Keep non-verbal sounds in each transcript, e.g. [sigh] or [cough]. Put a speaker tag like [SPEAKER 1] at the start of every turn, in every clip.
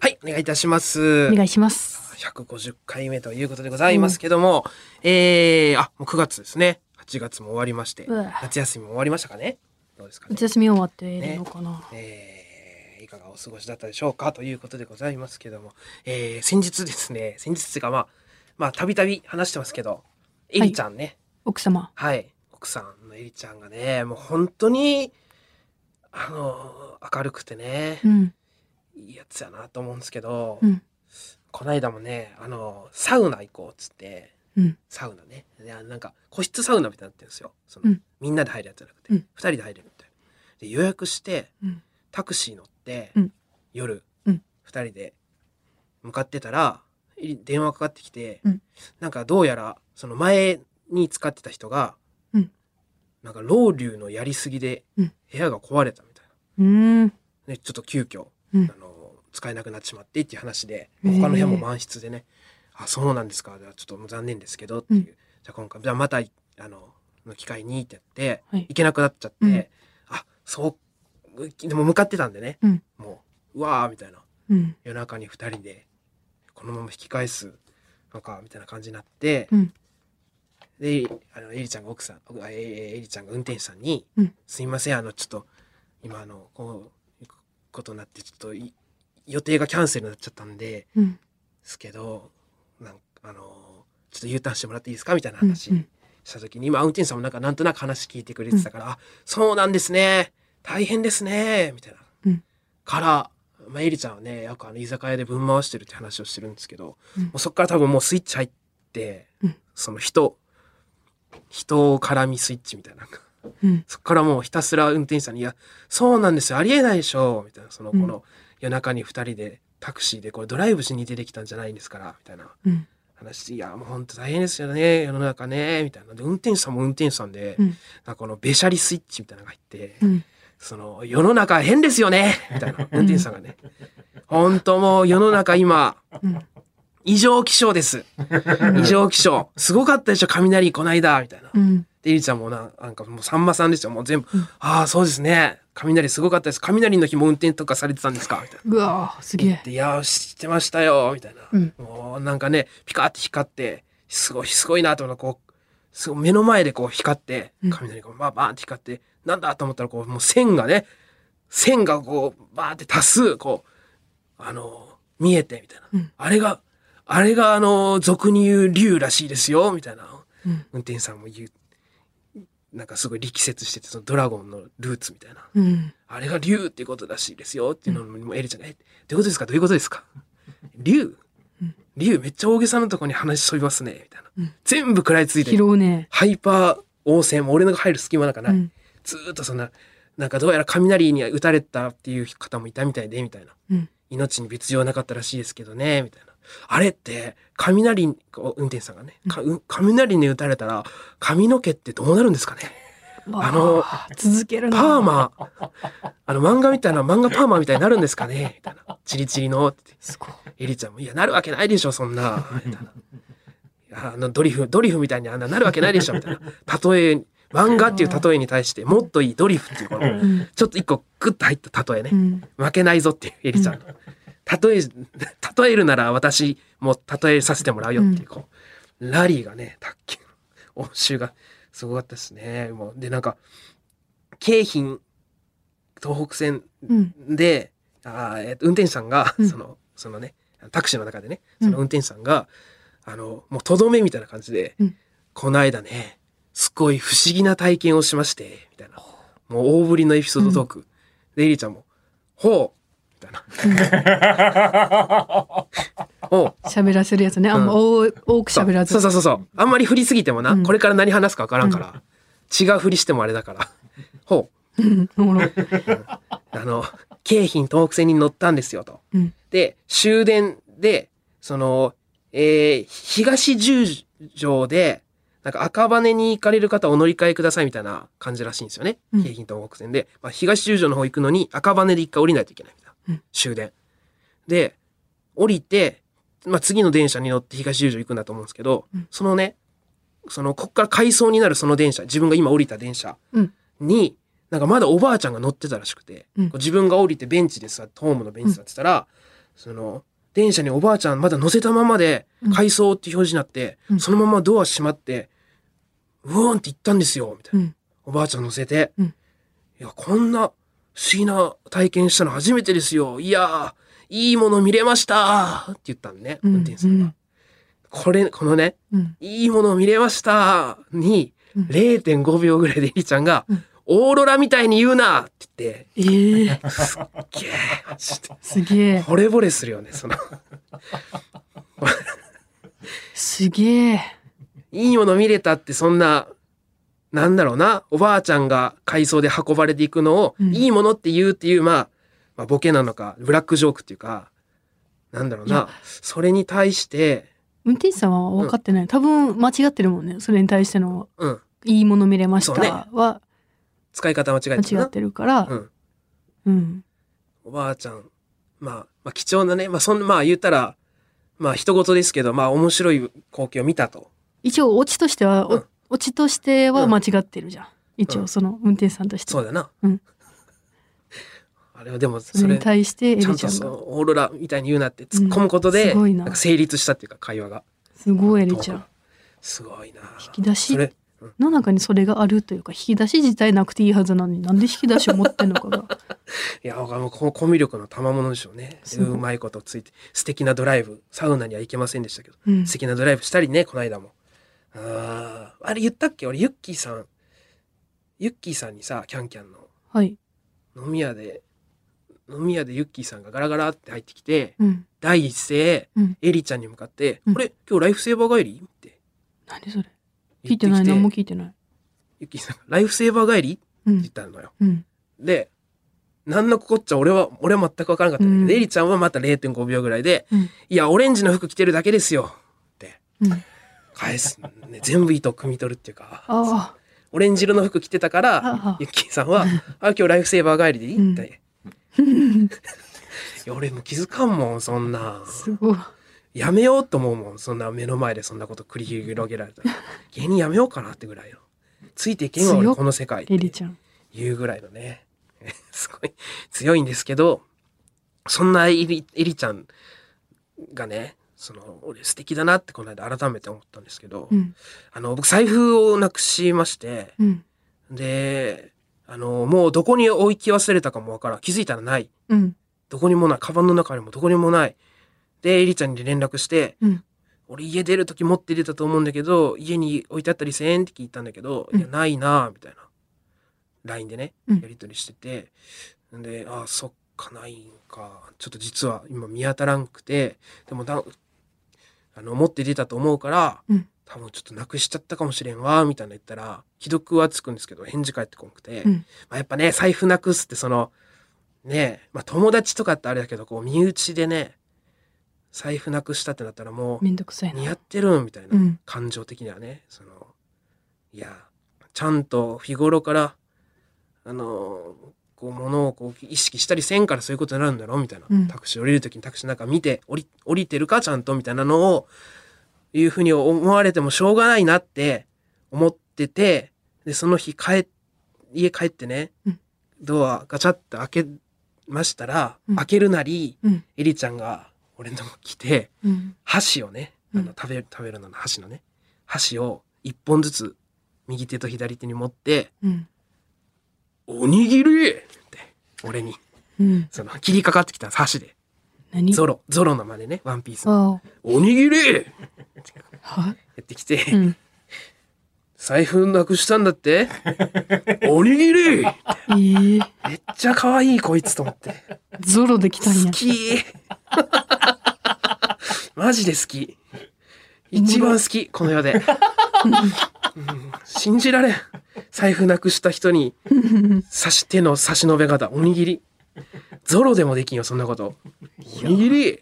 [SPEAKER 1] はい、お願いいたします
[SPEAKER 2] お。願いします。
[SPEAKER 1] 150回目ということでございますけども、えー、あ、もう9月ですね。8月も終わりまして
[SPEAKER 2] う、わ
[SPEAKER 1] 夏休みも終わりましたかねどうですかね
[SPEAKER 2] 夏。休み終わってるのかな。
[SPEAKER 1] えーいかがお過ごしだったでしょうかということでございますけども、えー先日ですね、先日っていうかまあ、まあ、たびたび話してますけど、エリちゃんね、
[SPEAKER 2] 奥様。
[SPEAKER 1] はい、奥さんのエリちゃんがね、もう本当に、あの、明るくてね
[SPEAKER 2] う、ん。
[SPEAKER 1] いいやつやなと思うんですけど、
[SPEAKER 2] うん。
[SPEAKER 1] この間もね、あの、サウナ行こうっつって、
[SPEAKER 2] うん。
[SPEAKER 1] サウナね。であなんか、個室サウナみたいになってるんですよ。その
[SPEAKER 2] うん
[SPEAKER 1] みんなで入るやつじゃなくて、
[SPEAKER 2] う
[SPEAKER 1] 二
[SPEAKER 2] ん
[SPEAKER 1] 人で入れるみたいな。で、予約して、
[SPEAKER 2] うん
[SPEAKER 1] タクシー乗って、
[SPEAKER 2] うん
[SPEAKER 1] 夜、
[SPEAKER 2] う
[SPEAKER 1] 二
[SPEAKER 2] ん
[SPEAKER 1] 人で向かってたら、い電話かかってきて、
[SPEAKER 2] うん
[SPEAKER 1] なんかどうやら、その前に使ってた人が、
[SPEAKER 2] うん
[SPEAKER 1] なんか、ロウリュウのやりすぎで、
[SPEAKER 2] う
[SPEAKER 1] 部
[SPEAKER 2] ん
[SPEAKER 1] 屋が壊れたみたいな。
[SPEAKER 2] うん。
[SPEAKER 1] ね、ちょっと急遽、
[SPEAKER 2] うん
[SPEAKER 1] あの使えなくなっちまってっていう話で
[SPEAKER 2] へ
[SPEAKER 1] 他
[SPEAKER 2] え
[SPEAKER 1] の部屋も満室でね「あそうなんですかじゃあちょっともう残念ですけど」っていう、
[SPEAKER 2] うん
[SPEAKER 1] じゃあ今回じゃあまたあのの機会にってやって、
[SPEAKER 2] はい
[SPEAKER 1] 行けなくなっちゃって、
[SPEAKER 2] うん
[SPEAKER 1] あそうでも向かってたんでね、
[SPEAKER 2] うん
[SPEAKER 1] もう「うわー」みたいな
[SPEAKER 2] うん。
[SPEAKER 1] 夜中に2人でこのまま引き返すのかみたいな感じになって、
[SPEAKER 2] うん
[SPEAKER 1] であのエリちゃんが奥さんあええエリちゃんが運転手さんに
[SPEAKER 2] うん
[SPEAKER 1] すいませんあのちょっと今あのこういうことになってちょっとい予定がキャンセルになっちゃったんで
[SPEAKER 2] うん。
[SPEAKER 1] すけどなんかあのちょっと U ターンしてもらっていいですかみたいな
[SPEAKER 2] うん
[SPEAKER 1] 話した時に、今運転手さんもなんかなんとなく話聞いてくれてたから「あそうなんですね大変ですね」みたいな、
[SPEAKER 2] うん
[SPEAKER 1] から、まあ、エリちゃんはねよくあの居酒屋でぶん回してるって話をしてるんですけど、
[SPEAKER 2] うん
[SPEAKER 1] もうそっから多分もうスイッチ入って、
[SPEAKER 2] うん
[SPEAKER 1] その人人絡みスイッチみたいな。
[SPEAKER 2] うん。
[SPEAKER 1] そこからもうひたすら運転手さんに「いやそうなんですよありえないでしょ」みたいなその
[SPEAKER 2] う
[SPEAKER 1] こ
[SPEAKER 2] ん
[SPEAKER 1] の夜中に2人でタクシーでこれドライブしに出てきたんじゃないんですからみたいな
[SPEAKER 2] うん。
[SPEAKER 1] 話いやもうほんと大変ですよね世の中ね」みたいなで運転手さんも運転手さんで、
[SPEAKER 2] うん
[SPEAKER 1] なんかこのべしゃりスイッチみたいなのが入って。
[SPEAKER 2] うん。
[SPEAKER 1] その世の中変ですよねみたいな
[SPEAKER 2] [laughs]
[SPEAKER 1] 運転手さんがね「本当もう世の中今
[SPEAKER 2] うん。
[SPEAKER 1] 異常気象です異常気象すごかったでしょ雷こないだ」みたいな
[SPEAKER 2] うん。
[SPEAKER 1] で、ゆりちゃんもな、なんかもうさんまさんですよ。もう全部、
[SPEAKER 2] うん
[SPEAKER 1] ああ、そうですね。雷すごかったです。雷の日も運転とかされてたんですかみたいう
[SPEAKER 2] わあ、すげ
[SPEAKER 1] な。
[SPEAKER 2] え。
[SPEAKER 1] で、いやー、知ってましたよ。みたいな。
[SPEAKER 2] うん
[SPEAKER 1] もうなんかね、ピカって光って、すごい、すごいなと思ったら、こう、すごい目の前でこう光って
[SPEAKER 2] うん、
[SPEAKER 1] 雷がバーバーンって光って、なんだと思ったら、こう、もう線がね、線がこう、バーって多数、こう、あのー見えて、みたいな。
[SPEAKER 2] うん
[SPEAKER 1] あれが、あれが、あのー俗に言う竜らしいですよ、みたいな。
[SPEAKER 2] うん。
[SPEAKER 1] 運転手さんも言うなんかすごい力説しててそのドラゴンのルーツみたいな
[SPEAKER 2] うん。
[SPEAKER 1] あれが竜っていうことらしいですよっていうのも,、エリちゃんが「えどういうことですかどういうことですか竜
[SPEAKER 2] うん
[SPEAKER 1] 竜めっちゃ大げさなとこに話飛びますね」みたいな、
[SPEAKER 2] うん
[SPEAKER 1] 全部食らいついて
[SPEAKER 2] 拾
[SPEAKER 1] る
[SPEAKER 2] うね。
[SPEAKER 1] ハイパー応戦もう俺の入る隙間なんか
[SPEAKER 2] う
[SPEAKER 1] ない、
[SPEAKER 2] ん。
[SPEAKER 1] ずーっとそんななんかどうやら雷に打たれたっていう方もいたみたいでみたいな
[SPEAKER 2] うん。
[SPEAKER 1] 命に別状なかったらしいですけどねみたいなあれって雷にこう運転手さんがね、かう雷に打たれたら髪の毛ってどうなるんですかね
[SPEAKER 2] わ
[SPEAKER 1] あの
[SPEAKER 2] 続けるな。
[SPEAKER 1] パー。マあの漫画みたいな漫画パーマみたいになるんですかねみたいなチリチリのって
[SPEAKER 2] すごい。
[SPEAKER 1] エリちゃんも「いやなるわけないでしょそんな」みたいな「いやあのドリフドリフみたいにあんななるわけないでしょ」みたいな例え漫画っていう例えに対してもっといいドリフっていうこの
[SPEAKER 2] うん。
[SPEAKER 1] ちょっと一個グッと入った例えね、
[SPEAKER 2] うん。
[SPEAKER 1] 負けないぞっていうエリちゃんの、例え例えるなら私も例えさせてもらうよっていうこう、ラリーがね卓球の応酬がすごかったですねもうでなんか京浜東北線
[SPEAKER 2] うん。
[SPEAKER 1] で、あーえっと運転手さんが、
[SPEAKER 2] うん
[SPEAKER 1] そのそのねタクシーの中でね
[SPEAKER 2] うん
[SPEAKER 1] その運転手さんが、あのもうとどめみたいな感じで「
[SPEAKER 2] うん
[SPEAKER 1] この間ねすごい不思議な体験をしまして」みたいなもう大ぶりのエピソードトーク、でエリちゃんも「ほう」みたいな
[SPEAKER 2] [laughs]
[SPEAKER 1] 「ほう」
[SPEAKER 2] 喋らせるやつね。あんま多多く喋らず。
[SPEAKER 1] そうそうそうそうあんまり振りすぎてもな、
[SPEAKER 2] うん
[SPEAKER 1] これから何話すか分からんから、違う振りしてもあれだから「ほう
[SPEAKER 2] うん。おもろい。」
[SPEAKER 1] あの京浜東北線に乗ったんですよと。
[SPEAKER 2] うん。
[SPEAKER 1] で、終電で、その、えー東十条で、なんか赤羽に行かれる方お乗り換えくださいみたいな感じらしいんですよね。
[SPEAKER 2] うん
[SPEAKER 1] 京浜東北線で。まあ、東十条の方行くのに赤羽で一回降りないといけないみたいな。
[SPEAKER 2] うん
[SPEAKER 1] 終電。で、降りて、まあ、次の電車に乗って東十条行くんだと思うんですけど、
[SPEAKER 2] うん
[SPEAKER 1] そのね、その、こっから回送になるその電車、自分が今降りた電車
[SPEAKER 2] うん
[SPEAKER 1] に、なんかまだおばあちゃんが乗ってたらしくて、
[SPEAKER 2] うん
[SPEAKER 1] こう自分が降りてベンチで座って、ホームのベンチで座ってたら、その、電車におばあちゃんまだ乗せたままで
[SPEAKER 2] うん、
[SPEAKER 1] 回送って表示になって、
[SPEAKER 2] うん
[SPEAKER 1] そのままドア閉まって、うおーんって行ったんですよ、みたいな。
[SPEAKER 2] うん
[SPEAKER 1] おばあちゃん乗せて、
[SPEAKER 2] うん
[SPEAKER 1] いや、こんな不思議な体験したの初めてですよ。いやー、いいもの見れましたーって言ったんね、
[SPEAKER 2] うん
[SPEAKER 1] 運転手さんが。
[SPEAKER 2] うん
[SPEAKER 1] これ、このね、
[SPEAKER 2] うん
[SPEAKER 1] いいもの見れましたに、
[SPEAKER 2] うん
[SPEAKER 1] 0.5秒ぐらいでりりちゃんが、
[SPEAKER 2] うん
[SPEAKER 1] オーロラみたいに言うなって言って、
[SPEAKER 2] えー、
[SPEAKER 1] すっげえ、ちょっ
[SPEAKER 2] すげ
[SPEAKER 1] と
[SPEAKER 2] え
[SPEAKER 1] 惚れ惚れするよね、その。
[SPEAKER 2] すげえ
[SPEAKER 1] いいもの見れたってそんな、なんだろうな、おばあちゃんが海藻で運ばれていくのを、
[SPEAKER 2] うん
[SPEAKER 1] いいものって言うっていう、まあ、まあ、ボケなのか、ブラックジョークっていうか、なんだろう
[SPEAKER 2] い
[SPEAKER 1] な
[SPEAKER 2] や、
[SPEAKER 1] それに対して、
[SPEAKER 2] 運転手さんは分かってない、多分間違ってるもんねそれに対しての
[SPEAKER 1] うん、
[SPEAKER 2] 「いいもの見れました
[SPEAKER 1] そうね」
[SPEAKER 2] は
[SPEAKER 1] 使い方間違えてる
[SPEAKER 2] 間違
[SPEAKER 1] な
[SPEAKER 2] っ。てるから、
[SPEAKER 1] うん
[SPEAKER 2] うん
[SPEAKER 1] おばあちゃん、まあ、まあ、貴重なね、まあ、そんまあ、言ったら、まあ、人事ですけど、まあ、面白い光景を見たと。
[SPEAKER 2] 一応オチとしては、お
[SPEAKER 1] うん
[SPEAKER 2] オチとしては間違ってるじゃん、一
[SPEAKER 1] う
[SPEAKER 2] 応
[SPEAKER 1] ん
[SPEAKER 2] その運転手さんとして、
[SPEAKER 1] そうだな。
[SPEAKER 2] うん
[SPEAKER 1] あれはでも、
[SPEAKER 2] そ
[SPEAKER 1] それ、
[SPEAKER 2] れに対してエリ
[SPEAKER 1] ち
[SPEAKER 2] ち
[SPEAKER 1] ゃ
[SPEAKER 2] ゃ
[SPEAKER 1] ん
[SPEAKER 2] ん
[SPEAKER 1] と
[SPEAKER 2] が
[SPEAKER 1] その、オーロラみたいに言うなって突っ込むことで、
[SPEAKER 2] うんすごい
[SPEAKER 1] な
[SPEAKER 2] なん
[SPEAKER 1] か成立したっていうか、会話が。
[SPEAKER 2] すごいエリちゃん
[SPEAKER 1] すごいな。引
[SPEAKER 2] き出し
[SPEAKER 1] それ、
[SPEAKER 2] の中にそれがあるというか引き出し自体なくていいはずなのになんで引き出しを持ってんのかが
[SPEAKER 1] [laughs] いや、僕はもうこのコミュ力の賜物でしょうね。
[SPEAKER 2] すごいう
[SPEAKER 1] まいことついて、素敵なドライブ、サウナには行けませんでしたけど、
[SPEAKER 2] うん
[SPEAKER 1] 素敵なドライブしたりね、この間も。ああ、あれ言ったっけ俺、ユッキーさん、ユッキーさんにさ、キャンキャンの。
[SPEAKER 2] はい
[SPEAKER 1] 飲み屋で飲み屋でユッキーさんがガラガラって入ってきて
[SPEAKER 2] うん
[SPEAKER 1] 第一声、
[SPEAKER 2] うん
[SPEAKER 1] エリちゃんに向かって「
[SPEAKER 2] うん
[SPEAKER 1] これ今日ライフセーバー帰り?」って
[SPEAKER 2] 何それ聞
[SPEAKER 1] 言
[SPEAKER 2] い
[SPEAKER 1] って
[SPEAKER 2] て
[SPEAKER 1] き
[SPEAKER 2] な
[SPEAKER 1] て
[SPEAKER 2] い何も聞いてない
[SPEAKER 1] ユッキーさんが「ライフセーバー帰り?」って
[SPEAKER 2] う
[SPEAKER 1] 言っ
[SPEAKER 2] ん
[SPEAKER 1] たのよ。
[SPEAKER 2] うん
[SPEAKER 1] で何のこっちゃ俺は俺は全く分からなかったんだけど、
[SPEAKER 2] うん
[SPEAKER 1] エリちゃんはまた0.5秒ぐらいで
[SPEAKER 2] うん
[SPEAKER 1] 「いやオレンジの服着てるだけですよ」って
[SPEAKER 2] うん
[SPEAKER 1] 返す、ね、全部糸を汲み取るっていうか
[SPEAKER 2] あ
[SPEAKER 1] オレンジ色の服着てたから
[SPEAKER 2] ああ
[SPEAKER 1] ユッキーさ
[SPEAKER 2] [laughs]
[SPEAKER 1] んは「あ今日ライフセーバー帰りでいい?」って。
[SPEAKER 2] うん
[SPEAKER 1] いや俺もう気づかんもんそんな
[SPEAKER 2] あ [laughs] すごい
[SPEAKER 1] やめようと思うもんそんな目の前でそんなこと繰り広げられたら芸人やめようかなってぐらいのついていけんわ
[SPEAKER 2] 強
[SPEAKER 1] 俺
[SPEAKER 2] っ
[SPEAKER 1] この世界って
[SPEAKER 2] エリちゃん
[SPEAKER 1] いうぐらいのね [laughs] すごい強いんですけどそんなエリエリちゃんがねその俺素敵だなってこの間改めて思ったんですけど、
[SPEAKER 2] うん
[SPEAKER 1] あの僕財布をなくしまして
[SPEAKER 2] うん
[SPEAKER 1] であのもうどこに置き忘れたかもわからん気づいたらない
[SPEAKER 2] うん
[SPEAKER 1] どこにもないカバンの中にもどこにもないでエリちゃんに連絡して
[SPEAKER 2] うん
[SPEAKER 1] 俺家出る時持って出たと思うんだけど家に置いてあったりせんって聞いたんだけど、
[SPEAKER 2] うん
[SPEAKER 1] いやないなぁみたいな LINE でね
[SPEAKER 2] うん
[SPEAKER 1] やり取りしてて、ん、でああそっかないんかちょっと実は今見当たらんくてでもだあの持って出たと思うから、
[SPEAKER 2] うん
[SPEAKER 1] 多分ちょっとなくしちゃったかもしれんわみたいな言ったら既読はつくんですけど返事返ってこなくて、
[SPEAKER 2] うん
[SPEAKER 1] まあ、やっぱね財布なくすってそのねえ、まあ、友達とかってあれだけどこう身内でね財布なくしたってなったらもう
[SPEAKER 2] めんどくさい
[SPEAKER 1] 似合
[SPEAKER 2] な
[SPEAKER 1] ってるみたいな、
[SPEAKER 2] うん
[SPEAKER 1] 感情的にはねそのいやちゃんと日頃からあのこう物をこう意識したりせんからそういうことになるんだろうみたいな、
[SPEAKER 2] うん
[SPEAKER 1] タクシー降りる時にタクシーなんか見て降り降りてるかちゃんとみたいなのをいうふうに思われてもしょうがないなって思っててでその日帰家帰ってね、
[SPEAKER 2] うん
[SPEAKER 1] ドアガチャッと開けましたら、
[SPEAKER 2] うん
[SPEAKER 1] 開けるなり
[SPEAKER 2] うん
[SPEAKER 1] エリちゃんが俺のとこ来て。
[SPEAKER 2] うん
[SPEAKER 1] 箸をねあ
[SPEAKER 2] うん
[SPEAKER 1] の食べ食べるのの箸のね箸を一本ずつ右手と左手に持って
[SPEAKER 2] うん
[SPEAKER 1] 「おにぎり!」って俺に
[SPEAKER 2] うん
[SPEAKER 1] その切りかかってきた箸で
[SPEAKER 2] 何
[SPEAKER 1] ゾロゾロの真似ねワンピースの
[SPEAKER 2] あ
[SPEAKER 1] 「おにぎり!」や
[SPEAKER 2] あは
[SPEAKER 1] ってきて、
[SPEAKER 2] うん
[SPEAKER 1] 財布なくしたんだって「おにぎり!」
[SPEAKER 2] ええ
[SPEAKER 1] めっちゃ可愛いこいつと思って
[SPEAKER 2] ゾロできたんや
[SPEAKER 1] 好きマジで好き一番好きこの世で、うん信じられん財布なくした人に差し手の差し伸べ方おにぎりゾロでもできんよそんなことおにぎり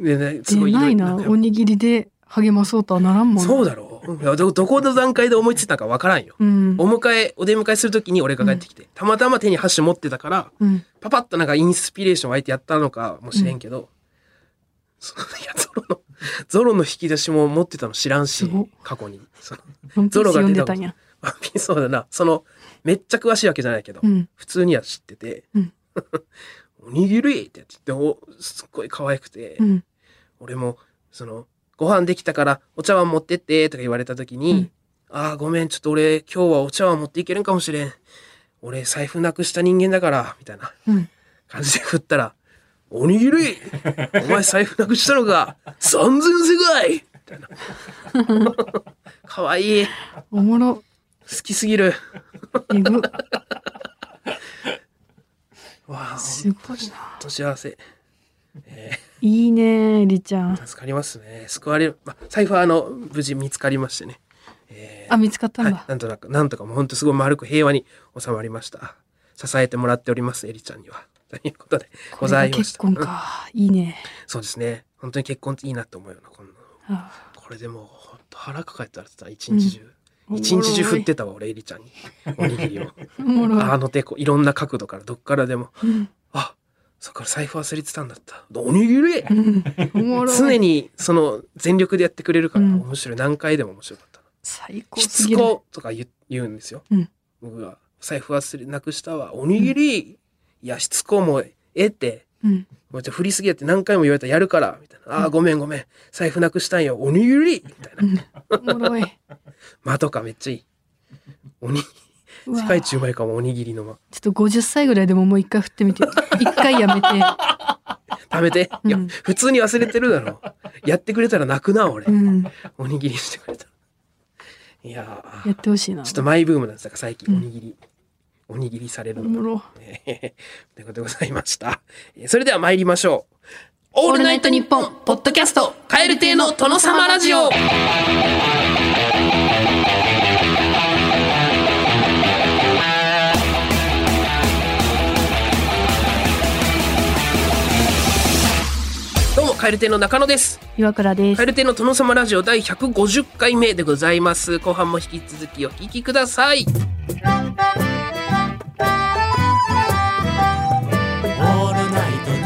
[SPEAKER 1] でねす
[SPEAKER 2] 出
[SPEAKER 1] ごい
[SPEAKER 2] ないな
[SPEAKER 1] ろいろ
[SPEAKER 2] おにぎりで励まそうとはならんもん
[SPEAKER 1] そう
[SPEAKER 2] だ
[SPEAKER 1] だろういやどどこの段階で思いついたかわからんよ
[SPEAKER 2] うん
[SPEAKER 1] お迎えお出迎えするときに俺が帰ってきて、たまたま手に箸持ってたから
[SPEAKER 2] うん
[SPEAKER 1] パパッとなんかインスピレーション湧いてやったのかもしれんけど、そのいやゾロの [laughs] ゾロの引き出しも持ってたの知らん
[SPEAKER 2] す
[SPEAKER 1] し
[SPEAKER 2] ごっ
[SPEAKER 1] 過去にその [laughs]
[SPEAKER 2] ワンピ
[SPEAKER 1] ゾ
[SPEAKER 2] ース
[SPEAKER 1] ロが
[SPEAKER 2] 読ん
[SPEAKER 1] 出
[SPEAKER 2] で
[SPEAKER 1] た
[SPEAKER 2] たんや
[SPEAKER 1] ワンピースそうだなそのめっちゃ詳しいわけじゃないけど、
[SPEAKER 2] うん
[SPEAKER 1] 普通には知ってて、
[SPEAKER 2] うん
[SPEAKER 1] [laughs] おにぎりってやってて、お、すっごい可愛くて、
[SPEAKER 2] うん
[SPEAKER 1] 俺も、その、ご飯できたからお茶碗持ってってとか言われた時に、
[SPEAKER 2] うん
[SPEAKER 1] ああ、ごめん、ちょっと俺今日はお茶碗持っていけるんかもしれん。俺財布なくした人間だから、みたいな
[SPEAKER 2] うん
[SPEAKER 1] 感じで振ったら、おにぎりお前財布なくしたのか三千世界みたいな。 [laughs] かわいい。好
[SPEAKER 2] おもろ
[SPEAKER 1] きすぎる。
[SPEAKER 2] えぐ
[SPEAKER 1] わあ、
[SPEAKER 2] すごいな
[SPEAKER 1] ほんと幸せ。
[SPEAKER 2] いいねえりちゃん
[SPEAKER 1] 助かりますね。救われる。まあ、財布はあの、無事見つかりましてね。えー
[SPEAKER 2] あ見つかったんだ、
[SPEAKER 1] はい、なんとなく、なんとかもうほんとすごい丸く平和に収まりました。支えてもらっております、エリちゃんには。ということで、
[SPEAKER 2] こ
[SPEAKER 1] ご
[SPEAKER 2] れが
[SPEAKER 1] ざいまし
[SPEAKER 2] 結
[SPEAKER 1] た。
[SPEAKER 2] 婚
[SPEAKER 1] うん
[SPEAKER 2] かいいね
[SPEAKER 1] そうですね。本当に結婚っていいなって思うような、こんなの。
[SPEAKER 2] あ
[SPEAKER 1] これでもう、ほんと腹抱えてたらさ、一日中。
[SPEAKER 2] うん
[SPEAKER 1] 一日中振ってたわ、俺、エリちゃん
[SPEAKER 2] [laughs]
[SPEAKER 1] に。おにぎりを。
[SPEAKER 2] おもろい
[SPEAKER 1] あの手こう、いろんな角度から、どっからでも。
[SPEAKER 2] うん
[SPEAKER 1] あ、そっから財布忘れてたんだった。おにぎり
[SPEAKER 2] うんおもろい
[SPEAKER 1] 常にその全力でやってくれるから
[SPEAKER 2] うん
[SPEAKER 1] 面白い、何回でも面白かったな
[SPEAKER 2] 最
[SPEAKER 1] 「
[SPEAKER 2] 高
[SPEAKER 1] し
[SPEAKER 2] す
[SPEAKER 1] つ
[SPEAKER 2] ぎる
[SPEAKER 1] こ」とか言う言うんですよ、
[SPEAKER 2] うん
[SPEAKER 1] 僕は「財布忘れなくしたわおにぎり、いやしつこもええって
[SPEAKER 2] うん
[SPEAKER 1] もうじゃあ振りすぎやって何回も言われたらやるから」みたいな「ああーごめんごめん財布なくしたんよおにぎり」みたいな
[SPEAKER 2] うんおも [laughs] ろい
[SPEAKER 1] 間とかめっちゃいいおに
[SPEAKER 2] うわ
[SPEAKER 1] 世界一うまいかもおにぎりの間
[SPEAKER 2] ちょっと50歳ぐらいでももう一回振って [laughs] みてよ一回やめて
[SPEAKER 1] 食べて、いや
[SPEAKER 2] [laughs] うん
[SPEAKER 1] 普通に忘れてるだろやってくれたら泣くな俺、
[SPEAKER 2] うん
[SPEAKER 1] おにぎりしてくれたらいやー
[SPEAKER 2] やってほしいな
[SPEAKER 1] ちょっとマイブームなんですだから最近
[SPEAKER 2] う
[SPEAKER 1] お
[SPEAKER 2] ん
[SPEAKER 1] にぎり、おにぎりされる
[SPEAKER 2] お
[SPEAKER 1] の
[SPEAKER 2] もろ
[SPEAKER 1] ね [laughs] ということでございました。えーそれでは参りましょう。オールナイトニッポンポッドキャストカエル亭の殿様ラジオ。どうもカエル亭の中野です。
[SPEAKER 2] 岩倉で
[SPEAKER 1] カエ
[SPEAKER 2] す
[SPEAKER 1] ル亭の殿様ラジオ第150回目でございます。後半も引き続きお聞きください。
[SPEAKER 3] オールナイトニ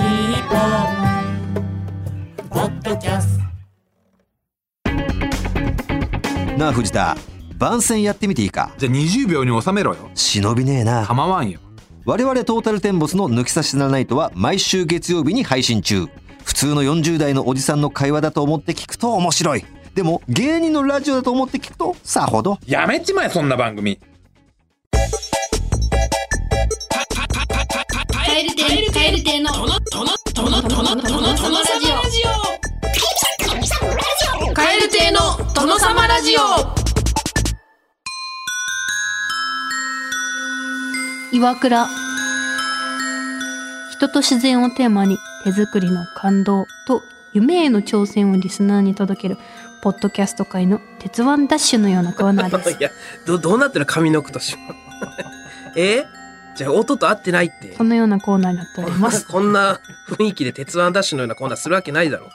[SPEAKER 3] ッポン」ポッドキャスト
[SPEAKER 4] なあ藤田番宣やってみていいか
[SPEAKER 5] じゃあ20秒に収めろよ。
[SPEAKER 4] 忍びねえな
[SPEAKER 5] 構わんよ。
[SPEAKER 4] 我々トータルテンボスの抜き差しならないとは毎週月曜日に配信中普通の40代のおじさんの会話だと思って聞くと面白いでも芸人のラジオだと思って聞くとさほど
[SPEAKER 5] やめちまえ、そんな番組。
[SPEAKER 6] カエル亭カエル亭のトノトノトノトノトノトノトノラジオカエル亭の殿様ラジオ
[SPEAKER 2] 岩倉人と自然をテーマに手作りの感動と夢への挑戦をリスナーに届けるポッドキャスト界の鉄腕ダッシュのようなコーナーです [laughs]
[SPEAKER 1] いや、ど、どうなってる髪の句とし [laughs] えじゃあ音と合ってないって
[SPEAKER 2] こ。のようなコーナーになっております
[SPEAKER 1] こんな雰囲気で鉄腕ダッシュのようなコーナーするわけないだろう。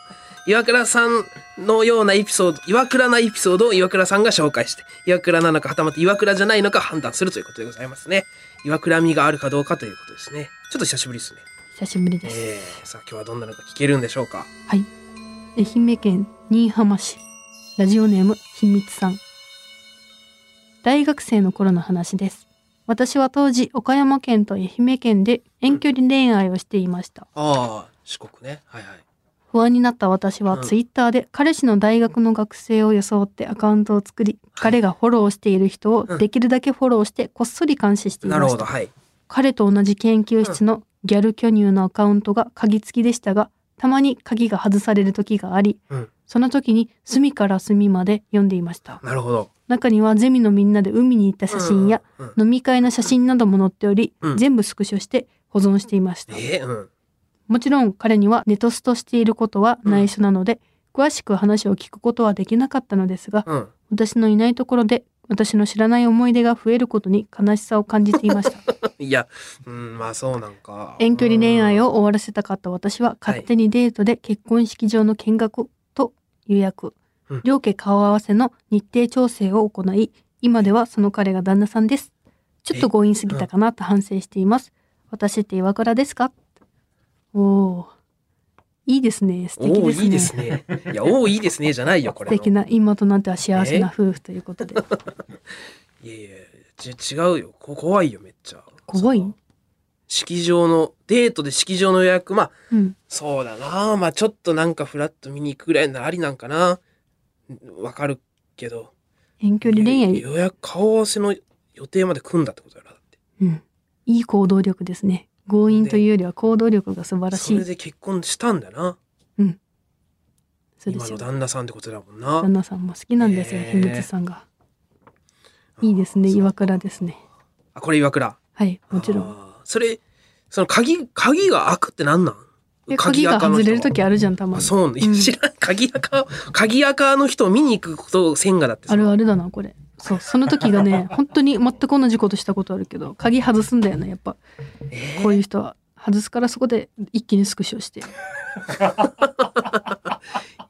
[SPEAKER 1] 岩倉さんのようなエピソード、岩倉なエピソードを岩倉さんが紹介して、岩倉なのかはたまた岩倉じゃないのか判断するということでございますね。岩倉味があるかどうかということですね。ちょっと久しぶりですね。
[SPEAKER 2] 久しぶりです、
[SPEAKER 1] えー、さあ今日はどんなのか聞けるんでしょうか。
[SPEAKER 2] 愛媛県新居浜市ラジオネームひみつさん大学生の頃の話です私は当時岡山県と愛媛県で遠距離恋愛をしていました
[SPEAKER 1] ああ、四国ね。はいはい。
[SPEAKER 2] 不安になった私は
[SPEAKER 1] うん
[SPEAKER 2] ツイッターで彼氏の大学の学生を装ってアカウントを作り彼がフォローしている人を
[SPEAKER 1] うん
[SPEAKER 2] できるだけフォローしてこっそり監視してい
[SPEAKER 1] な
[SPEAKER 2] ま
[SPEAKER 1] る
[SPEAKER 2] し
[SPEAKER 1] ほ
[SPEAKER 2] た
[SPEAKER 1] ど、はい。
[SPEAKER 2] 彼と同じ研究室のギャル巨乳のアカウントが鍵付きでしたがたまに鍵が外される時があり、
[SPEAKER 1] うん
[SPEAKER 2] その時に隅から隅まで読んでいました
[SPEAKER 1] なるほど。
[SPEAKER 2] 中にはゼミのみんなで海に行った写真や
[SPEAKER 1] うん。うん
[SPEAKER 2] 飲み会の写真なども載っており、
[SPEAKER 1] うん
[SPEAKER 2] 全部スクショして保存していました
[SPEAKER 1] えー、うん。
[SPEAKER 2] もちろん彼にはネトストしていることは内緒なので、詳しく話を聞くことはできなかったのですが、
[SPEAKER 1] うん。
[SPEAKER 2] 私のいないところで私の知らない思い出が増えることに悲しさを感じていました
[SPEAKER 1] いや、うん、まあそうなんか。
[SPEAKER 2] 遠距離恋愛を終わらせたかった私は勝手にデートで結婚式場の見学と予
[SPEAKER 1] う
[SPEAKER 2] 約、
[SPEAKER 1] ん
[SPEAKER 2] 両家顔合わせの日程調整を行い今ではその彼が旦那さんですちょっと強引すぎたかなと反省しています、私って岩倉ですかおおーいいですね素
[SPEAKER 1] うん。
[SPEAKER 2] 敵
[SPEAKER 1] おお
[SPEAKER 2] で
[SPEAKER 1] ー、いいですね。いや、おお、いいですね、じゃないよ、こ
[SPEAKER 2] 素
[SPEAKER 1] れの。
[SPEAKER 2] 敵な今となっては幸せな夫婦というこ
[SPEAKER 1] [laughs]
[SPEAKER 2] とで、
[SPEAKER 1] いやいや、ち違うよ。こ怖いよ、めっちゃ。
[SPEAKER 2] 怖い
[SPEAKER 1] その式場の、デートで式場の予約、まあ、
[SPEAKER 2] うん。
[SPEAKER 1] そうだなまあちょっとなんかフラッと見に行くぐらいならありなんかなわかるけど。
[SPEAKER 2] 遠距離恋愛。
[SPEAKER 1] 予約、顔合わせの予定まで組んだってことだな。だって
[SPEAKER 2] うん。いい行動力ですね。強引というよりは行動力が素晴らし
[SPEAKER 1] そ
[SPEAKER 2] い。
[SPEAKER 1] れで結婚したんだな。
[SPEAKER 2] そうで
[SPEAKER 1] 今
[SPEAKER 2] す
[SPEAKER 1] の
[SPEAKER 2] よ。
[SPEAKER 1] 旦那さんってことだもんな
[SPEAKER 2] 旦。那さんも好きなんですよ、
[SPEAKER 1] へえ
[SPEAKER 2] 秘密さんが。いいですね、
[SPEAKER 1] そう
[SPEAKER 2] 岩倉ですね。
[SPEAKER 1] あ、これ岩倉。
[SPEAKER 2] はい、もちろん。
[SPEAKER 1] あー。それ、その鍵、鍵が開くってなんなん
[SPEAKER 2] で鍵が
[SPEAKER 1] 開かの
[SPEAKER 2] 外
[SPEAKER 1] 人
[SPEAKER 2] れ
[SPEAKER 1] は
[SPEAKER 2] る時あるじゃん、たま
[SPEAKER 1] あ
[SPEAKER 2] に。
[SPEAKER 1] そうね、
[SPEAKER 2] うん
[SPEAKER 1] 知らん鍵垢鍵垢の人を見に行くことを千賀だってさ
[SPEAKER 2] あるあるだな、これ。そう、その時
[SPEAKER 1] [laughs]
[SPEAKER 2] がね、本当に全く同じことしたことあるけど、鍵外すんだよね、やっぱ。
[SPEAKER 1] えー
[SPEAKER 2] こういう人は。外すからそこで一気にスクショして。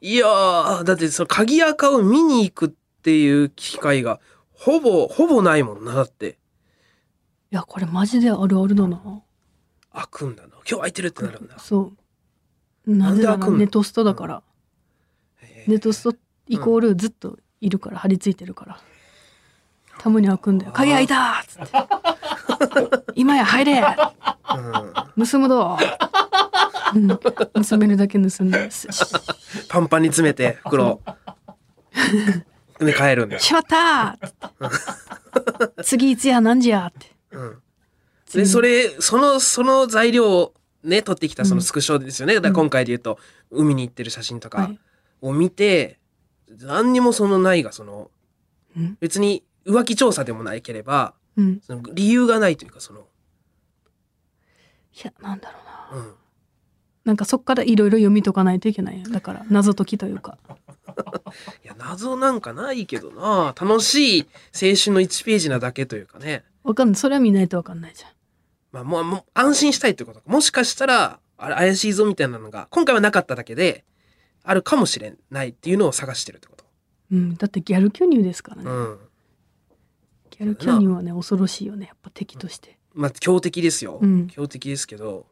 [SPEAKER 1] いやーだってその鍵垢を見に行くっていう機会がほぼほぼないもんなだって
[SPEAKER 2] いや、これマジであるあるだな。
[SPEAKER 1] 開くんだな今日空いてるってなるんだ、
[SPEAKER 2] そう。なぜな
[SPEAKER 1] なんで開
[SPEAKER 2] ら
[SPEAKER 1] くの
[SPEAKER 2] ネトストだから。
[SPEAKER 1] えー
[SPEAKER 2] ネトストイコールずっといるから、張り付いてるから。たまに開くんだよ。鍵開いたっつって。
[SPEAKER 1] [laughs]
[SPEAKER 2] 今や入れ
[SPEAKER 1] うん、
[SPEAKER 2] 盗むぞうん盗めるだけ盗んでます。し
[SPEAKER 1] パンパンに詰めて袋をで帰るんだ、
[SPEAKER 2] しまったー次いつや何時やって。
[SPEAKER 1] うん、でそれそのその材料をね撮ってきたそのスクショですよね、だから今回で言うと海に行ってる写真とか、
[SPEAKER 2] はい
[SPEAKER 1] を見て何にもそのないがその
[SPEAKER 2] うん
[SPEAKER 1] 別に浮気調査でもないければ
[SPEAKER 2] うん。い
[SPEAKER 1] その理由がないというかその、
[SPEAKER 2] や、なんだろうな。
[SPEAKER 1] うん、
[SPEAKER 2] なんかそっからいろいろ読み解かないといけないよだから、謎解きというか。
[SPEAKER 1] いや謎なんかないけどな楽しい青春の1ページなだけというかね、
[SPEAKER 2] わかんない。それは見ないとわかんないじゃん。
[SPEAKER 1] まあ、もうもう安心したいということかもしかしたらあれ怪しいぞみたいなのが今回はなかっただけであるかもしれないっていうのを探してるってこと。
[SPEAKER 2] うん。だってギャル巨乳ですからね。
[SPEAKER 1] うん
[SPEAKER 2] ギャル巨乳はね、恐ろしいよね。やっぱ敵として。
[SPEAKER 1] まあ強敵ですよ、
[SPEAKER 2] うん
[SPEAKER 1] 強敵ですけど、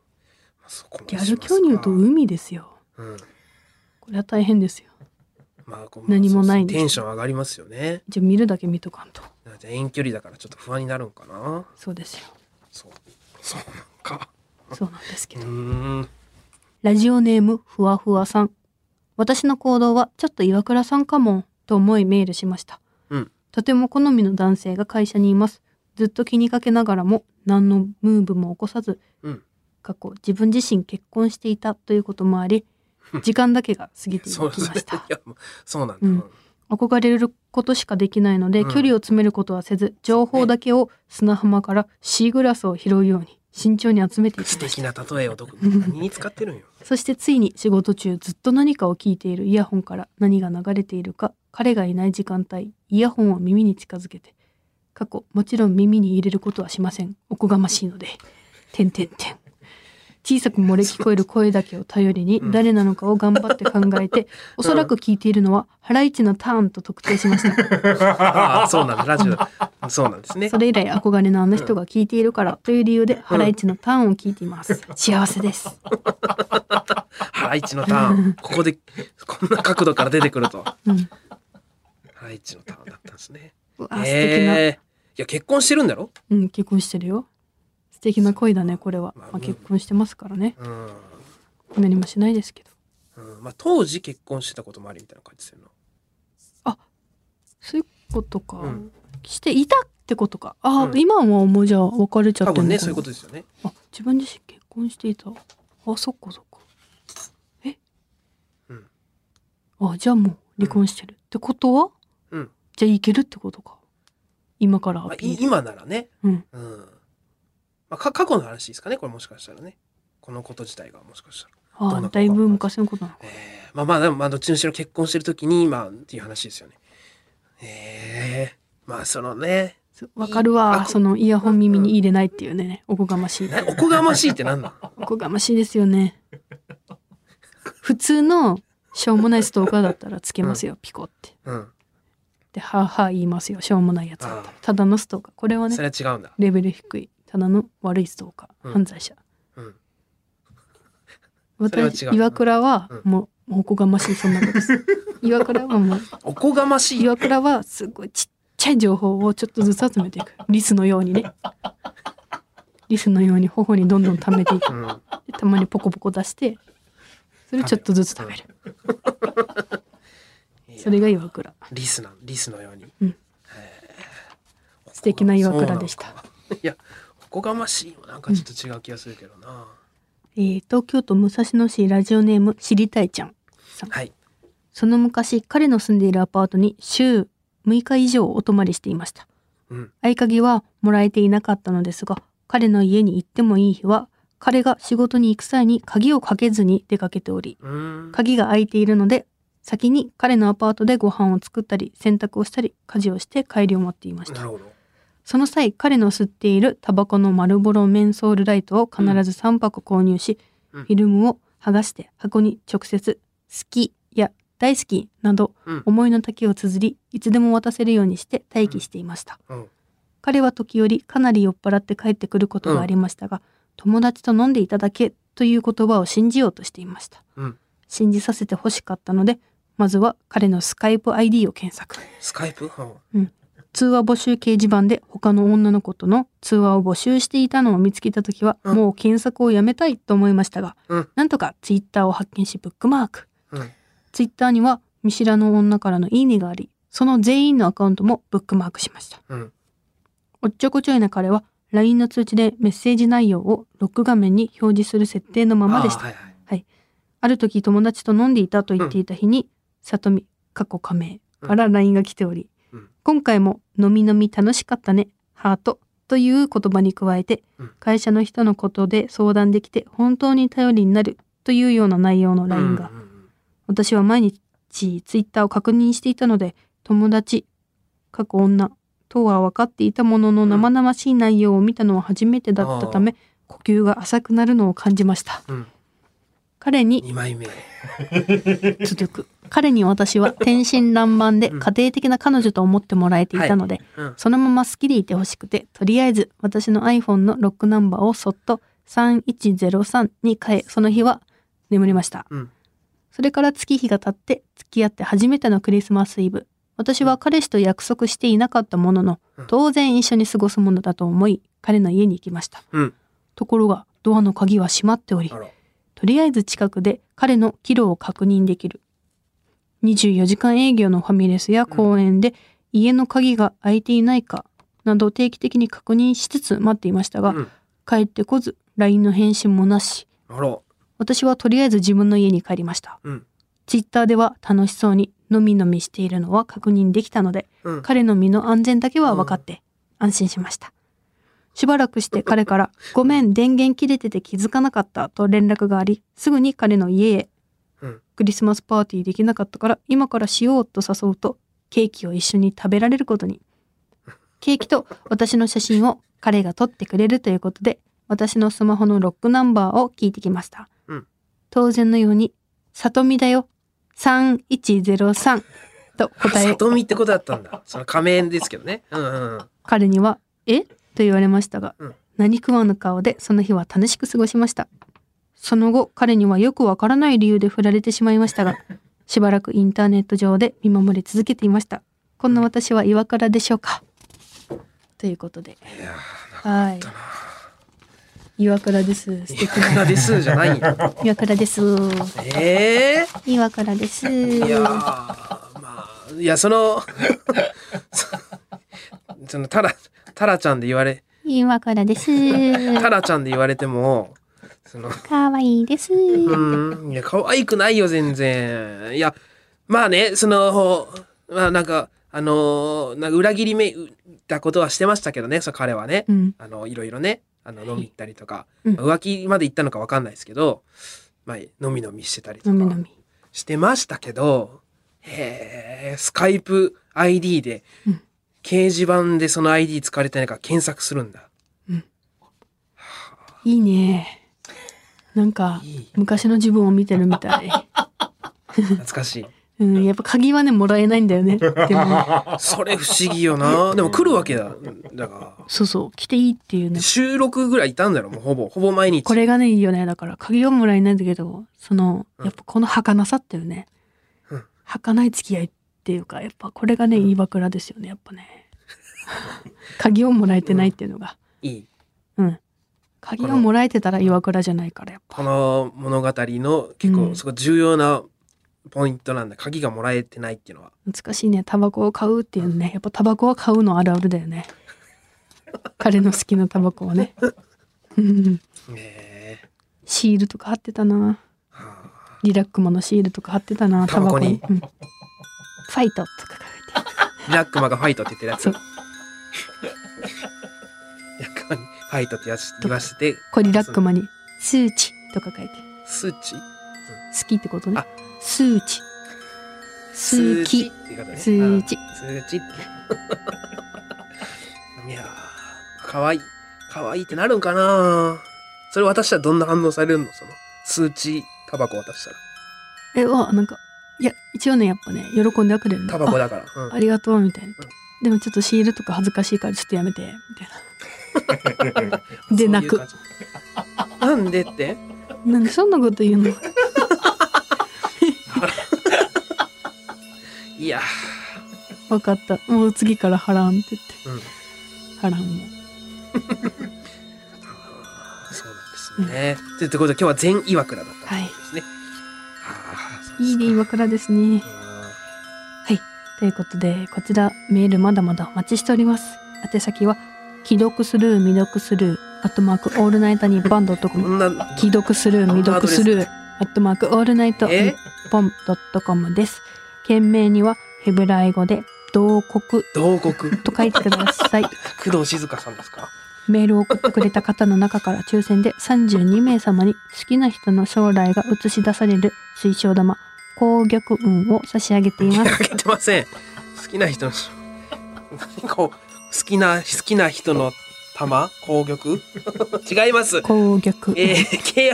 [SPEAKER 1] まあ、そこま
[SPEAKER 2] ギ
[SPEAKER 1] で
[SPEAKER 2] ャ
[SPEAKER 1] し
[SPEAKER 2] ル
[SPEAKER 1] ますか
[SPEAKER 2] 巨乳と海ですよ。
[SPEAKER 1] うん
[SPEAKER 2] これは大変ですよ。
[SPEAKER 1] まあ、こう
[SPEAKER 2] 何もないんです
[SPEAKER 1] テンション上がりますよね。
[SPEAKER 2] じゃあ見るだけ見とかんと。
[SPEAKER 1] なんか遠距離だからちょっと不安になるんかな。
[SPEAKER 2] そうですよ。
[SPEAKER 1] そう。そうなんか。
[SPEAKER 2] そうなんですけ
[SPEAKER 1] う
[SPEAKER 2] ど。
[SPEAKER 1] ーん。
[SPEAKER 2] ラジオネームふわふわさん。私の行動はちょっと岩倉さんかもと思いメールしました。
[SPEAKER 1] うん
[SPEAKER 2] とても好みの男性が会社にいます。ずっと気にかけながらも何のムーブも起こさず、
[SPEAKER 1] うん
[SPEAKER 2] 過去自分自身結婚していたということもあり、時間だけが過ぎていき
[SPEAKER 1] そ
[SPEAKER 2] ま
[SPEAKER 1] うですね
[SPEAKER 2] し。た
[SPEAKER 1] い。や、もうそうなんだ。
[SPEAKER 2] うん憧れることしかできないので、
[SPEAKER 1] うん
[SPEAKER 2] 距離を詰めることはせず、情報だけを砂浜からシーグラスを拾うように慎重に集めていき
[SPEAKER 1] 素
[SPEAKER 2] まし
[SPEAKER 1] 敵。
[SPEAKER 2] た [laughs]
[SPEAKER 1] な例えをどこ何に使ってるんよ。
[SPEAKER 2] そしてついに仕事中ずっと何かを聞いているイヤホンから何が流れているか彼がいない時間帯イヤホンを耳に近づけて過去もちろん耳に入れることはしませんおこがましいので点点点小さく漏れ聞こえる声だけを頼りに
[SPEAKER 1] うん
[SPEAKER 2] 誰なのかを頑張って考えて、おそらく聞いているのはハライチのターンと特定しました
[SPEAKER 1] [laughs] ああ、そうなんだ。ラジオ。そうなんですね
[SPEAKER 2] そ。れ以来憧れのあの人が聞いているからという理由でハライチのターンを聞いています幸せです
[SPEAKER 1] ハライチのターン。ここで、こんな角度から出てくると。ハ
[SPEAKER 2] うん
[SPEAKER 1] ライチのターンだったんですね。
[SPEAKER 2] うわ素敵な
[SPEAKER 1] ええ。いや、結婚してるんだろ
[SPEAKER 2] うん、結婚してるよ。素敵な恋だね、これは。
[SPEAKER 1] まあ
[SPEAKER 2] まあ、結婚してますからね。
[SPEAKER 1] うん。
[SPEAKER 2] 何もしないですけど。
[SPEAKER 1] うんまあ、当時結婚してたこともありみたいな感じですよな。
[SPEAKER 2] そういうことか。
[SPEAKER 1] うん
[SPEAKER 2] していたってことか。ああ、
[SPEAKER 1] うん
[SPEAKER 2] 今はもうじゃあ別れちゃって
[SPEAKER 1] 多
[SPEAKER 2] るのか
[SPEAKER 1] 分
[SPEAKER 2] な
[SPEAKER 1] ね、そういうことですよね。
[SPEAKER 2] あ、自分自身結婚していた。あ、そっかそっか。え
[SPEAKER 1] うん
[SPEAKER 2] あ、じゃあもう離婚してる。ってことは
[SPEAKER 1] うん
[SPEAKER 2] じゃあいけるってことか。今から
[SPEAKER 1] ま
[SPEAKER 2] ア
[SPEAKER 1] あ、い
[SPEAKER 2] ピール。
[SPEAKER 1] 今ならね、
[SPEAKER 2] うん
[SPEAKER 1] まあ、か過去の話ですかねこれもしかしたらねこのこと自体がもしかしたら、
[SPEAKER 2] あ
[SPEAKER 1] ど
[SPEAKER 2] あ
[SPEAKER 1] んなことが
[SPEAKER 2] だいぶ昔のことなのか。
[SPEAKER 1] えーまあまあでもまあどっちにしろ結婚してる時にまあっていう話ですよねええまあそのね
[SPEAKER 2] そうわかるわ。
[SPEAKER 1] あ
[SPEAKER 2] そのイヤホン耳に入れないっていうね、おこがましい。
[SPEAKER 1] なおこがましいってなん
[SPEAKER 2] [laughs]
[SPEAKER 1] なん
[SPEAKER 2] おこがましいですよね。普通のしょうもないストーカーだったらつけますよ、ピコって。
[SPEAKER 1] うん
[SPEAKER 2] で、はあはあ言いますよ、しょうもないやつだった
[SPEAKER 1] あ
[SPEAKER 2] ら。ただのストーカー。これはね
[SPEAKER 1] そ、れは違うんだ
[SPEAKER 2] レベル低い。ただの悪いストーカー。
[SPEAKER 1] うん
[SPEAKER 2] 犯罪者。
[SPEAKER 1] うんそれは違
[SPEAKER 2] 私、
[SPEAKER 1] う
[SPEAKER 2] 岩倉は
[SPEAKER 1] うん
[SPEAKER 2] もう、もうおこがましい、そんなことです。岩倉はもう、
[SPEAKER 1] おこがましい
[SPEAKER 2] 岩倉はすごいちっちゃい情報をちょっとずつ集めていく。リスのようにね。リスのように頬にどんどん溜めていく
[SPEAKER 1] う。ん、
[SPEAKER 2] でたまにポコポコ出して、それちょっとずつ食べる。それが岩倉。
[SPEAKER 1] リスなリスのように
[SPEAKER 2] 素敵な岩倉でした。
[SPEAKER 1] いやおこがましいもなんかちょっと違う気がするけどな、
[SPEAKER 2] えー東京都武蔵野市ラジオネーム知りたいちゃんさん。
[SPEAKER 1] はい
[SPEAKER 2] その昔、彼の住んでいるアパートに週6日以上お泊まりしていました。
[SPEAKER 1] うん
[SPEAKER 2] 合鍵はもらえていなかったのですが、彼の家に行ってもいい日は、彼が仕事に行く際に鍵をかけずに出かけており、
[SPEAKER 1] うーん
[SPEAKER 2] 鍵が開いているので、先に彼のアパートでご飯を作ったり、洗濯をしたり、家事をして帰りを待っていまし
[SPEAKER 1] な
[SPEAKER 2] た
[SPEAKER 1] る。ほど
[SPEAKER 2] その際、彼の吸っているタバコの丸ボロメンソールライトを必ず3箱購入し、
[SPEAKER 1] うん
[SPEAKER 2] フィルムを剥がして箱に直接、好きや大好きなど
[SPEAKER 1] うん
[SPEAKER 2] 思いの丈を綴り、いつでも渡せるようにして待機していました。
[SPEAKER 1] うん
[SPEAKER 2] 彼は時折かなり酔っ払って帰ってくることがありましたが、友達と飲んでいただけという言葉を信じようとしていました。
[SPEAKER 1] うん
[SPEAKER 2] 信じさせてほしかったので、まずは彼のスカイプ ID を検索。
[SPEAKER 1] スカイプ、うん
[SPEAKER 2] 通話募集掲示板で他の女の子との通話を募集していたのを見つけた時は、
[SPEAKER 1] うん
[SPEAKER 2] もう検索をやめたいと思いましたが、
[SPEAKER 1] うん
[SPEAKER 2] なんとかツイッターを発見しブックマーク、
[SPEAKER 1] うん
[SPEAKER 2] ツイッターには見知らぬ女からのいいねがありその全員のアカウントもブックマークしました、
[SPEAKER 1] うん
[SPEAKER 2] おっちょこちょいな彼は LINE の通知でメッセージ内容をロック画面に表示する設定のままでした
[SPEAKER 1] あーはいはい
[SPEAKER 2] ある時友達と飲んでいたと言っていた日に、さとみ、過去仮名から LINE が来てお
[SPEAKER 1] う
[SPEAKER 2] り、
[SPEAKER 1] ん
[SPEAKER 2] 今回も飲み飲み楽しかったね、ハートという言葉に加えて、
[SPEAKER 1] うん
[SPEAKER 2] 会社の人のことで相談できて本当に頼りになるというような内容の LINE が、
[SPEAKER 1] うんうんうん
[SPEAKER 2] 私は毎日ツイッターを確認していたので、友達、過去女とは分かっていたものの生々しい内容を見たのは初めてだったため、呼吸が浅くなるのを感じました。
[SPEAKER 1] うん
[SPEAKER 2] 彼に
[SPEAKER 1] 二枚目
[SPEAKER 2] 続く彼に私は天真爛漫で家
[SPEAKER 1] うん
[SPEAKER 2] 庭的な彼女と思ってもらえていたので、
[SPEAKER 1] うん
[SPEAKER 2] そのまま好きでいてほしくてとりあえず私の iPhone のロックナンバーをそっと3103に変えその日は眠りました
[SPEAKER 1] うん
[SPEAKER 2] それから月日が経って付き合って初めてのクリスマスイブ私は彼氏と約束していなかったものの
[SPEAKER 1] うん
[SPEAKER 2] 当然一緒に過ごすものだと思い彼の家に行きました、
[SPEAKER 1] うん
[SPEAKER 2] ところがドアの鍵は閉まっており
[SPEAKER 1] あら
[SPEAKER 2] とりあえず近くで彼の帰路を確認できる。24時間営業のファミレスや公園で家の鍵が開いていないかなど定期的に確認しつつ待っていましたが、
[SPEAKER 1] うん
[SPEAKER 2] 帰ってこず LINE の返信もなし、
[SPEAKER 1] あら
[SPEAKER 2] 私はとりあえず自分の家に帰りました。
[SPEAKER 1] うん
[SPEAKER 2] ツイッターでは楽しそうにのみのみしているのは確認できたので、
[SPEAKER 1] うん
[SPEAKER 2] 彼の身の安全だけは分かって安心しました。しばらくして
[SPEAKER 1] [laughs]
[SPEAKER 2] 彼から「ごめん電源切れてて気づかなかった」と連絡がありすぐに彼の家へ、
[SPEAKER 1] うん
[SPEAKER 2] クリスマスパーティーできなかったから今からしようと誘うとケーキを一緒に食べられることにケーキと私の写真を彼が撮ってくれるということで私のスマホのロックナンバーを聞いてきました、
[SPEAKER 1] うん
[SPEAKER 2] 当然のように「さとみだよ3103」と答え
[SPEAKER 1] 里見ってことだったん [laughs] だその仮面ですけどねうんうんうん
[SPEAKER 2] 彼には「えと言われましたが、
[SPEAKER 1] うん
[SPEAKER 2] 何食わぬ顔でその日は楽しく過ごしましたその後彼にはよくわからない理由で振られてしまいました
[SPEAKER 1] [laughs]
[SPEAKER 2] がしばらくインターネット上で見守り続けていましたこんな私は岩倉でしょうかということではい岩倉です素敵
[SPEAKER 1] こんな
[SPEAKER 2] な
[SPEAKER 1] ですじゃないんだ
[SPEAKER 2] 岩倉です
[SPEAKER 1] [laughs] ええ
[SPEAKER 2] 岩倉です
[SPEAKER 1] いやーまあいやその [laughs] そそのタラタラちゃんで言われ
[SPEAKER 2] 岩倉
[SPEAKER 1] [laughs]
[SPEAKER 2] です
[SPEAKER 1] タラちゃんで言われてもその
[SPEAKER 2] かわいいです
[SPEAKER 1] うんいや可愛くないよ全然いやまあねそのまあなんかあのーなんか裏切りめたことはしてましたけどねそう彼はね、
[SPEAKER 2] うん
[SPEAKER 1] あのいろいろねあの飲み行ったりとか、
[SPEAKER 2] うん
[SPEAKER 1] 浮気まで行ったのか分かんないですけど、まあ、飲み飲みしてたりと
[SPEAKER 2] のみの
[SPEAKER 1] か
[SPEAKER 2] み
[SPEAKER 1] してましたけどへえスカイプ ID で、
[SPEAKER 2] うん
[SPEAKER 1] 掲示板でその ID 使われてないから検索するんだ
[SPEAKER 2] いいね。なんか
[SPEAKER 1] いい
[SPEAKER 2] 昔の自分を見てるみたい。 [laughs]
[SPEAKER 1] 懐かしい
[SPEAKER 2] うん、やっぱ鍵はねもらえないんだよね。でも
[SPEAKER 1] それ不思議よ
[SPEAKER 2] [laughs]
[SPEAKER 1] なでも来るわけだだから。
[SPEAKER 2] そうそう来ていいっていうね。
[SPEAKER 1] 収録ぐらいいたんだろもうほぼほぼ毎日
[SPEAKER 2] これがねいいよねだから鍵はもらえないんだけどその
[SPEAKER 1] うん
[SPEAKER 2] やっぱこの儚さっていうね
[SPEAKER 1] うん。
[SPEAKER 2] 儚い付き合いっていうかやっぱこれがね岩倉です [laughs] よねやっぱね。鍵をもらえてないっていうのが。
[SPEAKER 1] いい
[SPEAKER 2] うん。鍵をもらえてたら岩倉じゃないからやっぱ
[SPEAKER 1] この物語の結
[SPEAKER 2] う
[SPEAKER 1] 構
[SPEAKER 2] ん
[SPEAKER 1] すごい重要なポイントなんだ鍵がもらえてないっていうのは
[SPEAKER 2] 難しいねタバコを買うっていうねやっぱタバコは買うのあるあるだよね彼の好きなタバコはねうん
[SPEAKER 1] ねえ
[SPEAKER 2] シールとか貼ってたな
[SPEAKER 1] はあ
[SPEAKER 2] リラックマのシールとか貼ってたなタ
[SPEAKER 1] タ
[SPEAKER 2] バ
[SPEAKER 1] バコ
[SPEAKER 2] コに
[SPEAKER 1] に
[SPEAKER 2] うんファイトとか書いて
[SPEAKER 1] リラックマがファイトって言ってる [laughs] やつ
[SPEAKER 2] そう
[SPEAKER 1] リラックマにファイトってやつ言わせて
[SPEAKER 2] これリラックマに数値とか書いて
[SPEAKER 1] 数値
[SPEAKER 2] 好きってことね
[SPEAKER 1] あ
[SPEAKER 2] 数値数
[SPEAKER 1] 値
[SPEAKER 2] 値
[SPEAKER 1] っていう方ね
[SPEAKER 2] 数値
[SPEAKER 1] あ数値って [laughs] いやーかわいいかわいいってなるんかなそれ渡したらどんな反応されるのその数値タバコ渡したら
[SPEAKER 2] えわなんかいや一応ねやっぱね喜んではくれるの
[SPEAKER 1] タバコだから、うん
[SPEAKER 2] あありがとうみたいなでもちょっとシールとか恥ずかしいからちょっとやめてみたい
[SPEAKER 1] [laughs]
[SPEAKER 2] なで泣く
[SPEAKER 1] そういう感じなんでって
[SPEAKER 2] なんでそんなこと言うの
[SPEAKER 1] いや
[SPEAKER 2] 分かったもう次から払わんって言って
[SPEAKER 1] ー、うん、
[SPEAKER 2] 払わんも
[SPEAKER 1] そうなんですね。ということで今日は全岩倉だったんですね。ああそうで
[SPEAKER 2] い
[SPEAKER 1] す
[SPEAKER 2] い
[SPEAKER 1] か
[SPEAKER 2] ね岩倉ですね
[SPEAKER 1] う
[SPEAKER 2] ということでこちらメールまだまだお待ちしております宛先は既読スルー未読スルーアットマークオールナイトニッポンドットコ
[SPEAKER 1] んこ
[SPEAKER 2] ム
[SPEAKER 1] んな
[SPEAKER 2] 既読スルー未読スルーアットマークオールナイトニッポンドットコムです件名にはヘブライ語で同国
[SPEAKER 1] 同
[SPEAKER 2] [laughs]
[SPEAKER 1] 国
[SPEAKER 2] と書いてください
[SPEAKER 1] 工藤静香さんですか。
[SPEAKER 2] メールを送ってくれた方の中から抽選で32名様に好きな人の将来が映し出される水晶玉、紅玉雲を差し上げていま
[SPEAKER 1] あ [laughs]
[SPEAKER 2] す。
[SPEAKER 1] げてません。好きな人のこう好きな好きな人の玉攻玉違います。
[SPEAKER 2] 紅玉雲。
[SPEAKER 1] えー、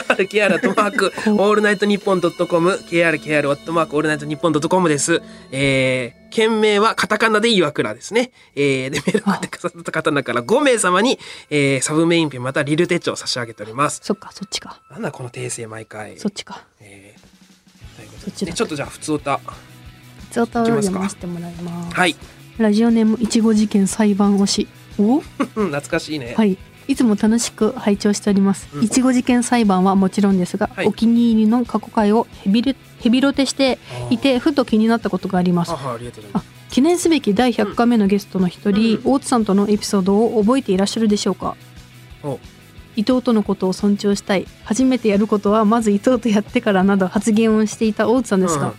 [SPEAKER 1] KR、KR、トマーク、オールナイトニッポンドットコム、KR、KR、オットマーク、オールナイトニッポンドットコムです。えー、件名はカタカナで岩倉ですね。えー、で、メールを送ってくださった方の中から5名様に、えー、サブメインペンまたリル手帳を差し上げております。
[SPEAKER 2] そっか、そっちか。
[SPEAKER 1] なんだこの訂正毎回。
[SPEAKER 2] そっちか。
[SPEAKER 1] えーということ
[SPEAKER 2] そっち
[SPEAKER 1] で
[SPEAKER 2] だ
[SPEAKER 1] ねちょっとじゃあ、普通歌。
[SPEAKER 2] ちょっと
[SPEAKER 1] いきます
[SPEAKER 2] 読
[SPEAKER 1] か
[SPEAKER 2] ませてもらいます。
[SPEAKER 1] はい。
[SPEAKER 2] ラジオネームいちご事件裁判推し。お
[SPEAKER 1] うん懐かしいね。
[SPEAKER 2] はい。いつも楽しく拝聴しております。
[SPEAKER 1] うん
[SPEAKER 2] いちご事件裁判はもちろんですが、
[SPEAKER 1] はい
[SPEAKER 2] お気に入りの過去回をヘビルヘビロテして
[SPEAKER 1] あー
[SPEAKER 2] い。て、ふと気になったことがあります
[SPEAKER 1] あ。はい、ありがとうございます。
[SPEAKER 2] 記念すべき第100回目のゲストの一人、
[SPEAKER 1] う
[SPEAKER 2] 大津さんとのエピソードを覚えていらっしゃるでしょうか
[SPEAKER 1] お
[SPEAKER 2] 伊藤とのことを尊重したい初めてやることはまず伊藤とやってからなど発言をしていた大津さんですが、
[SPEAKER 1] うん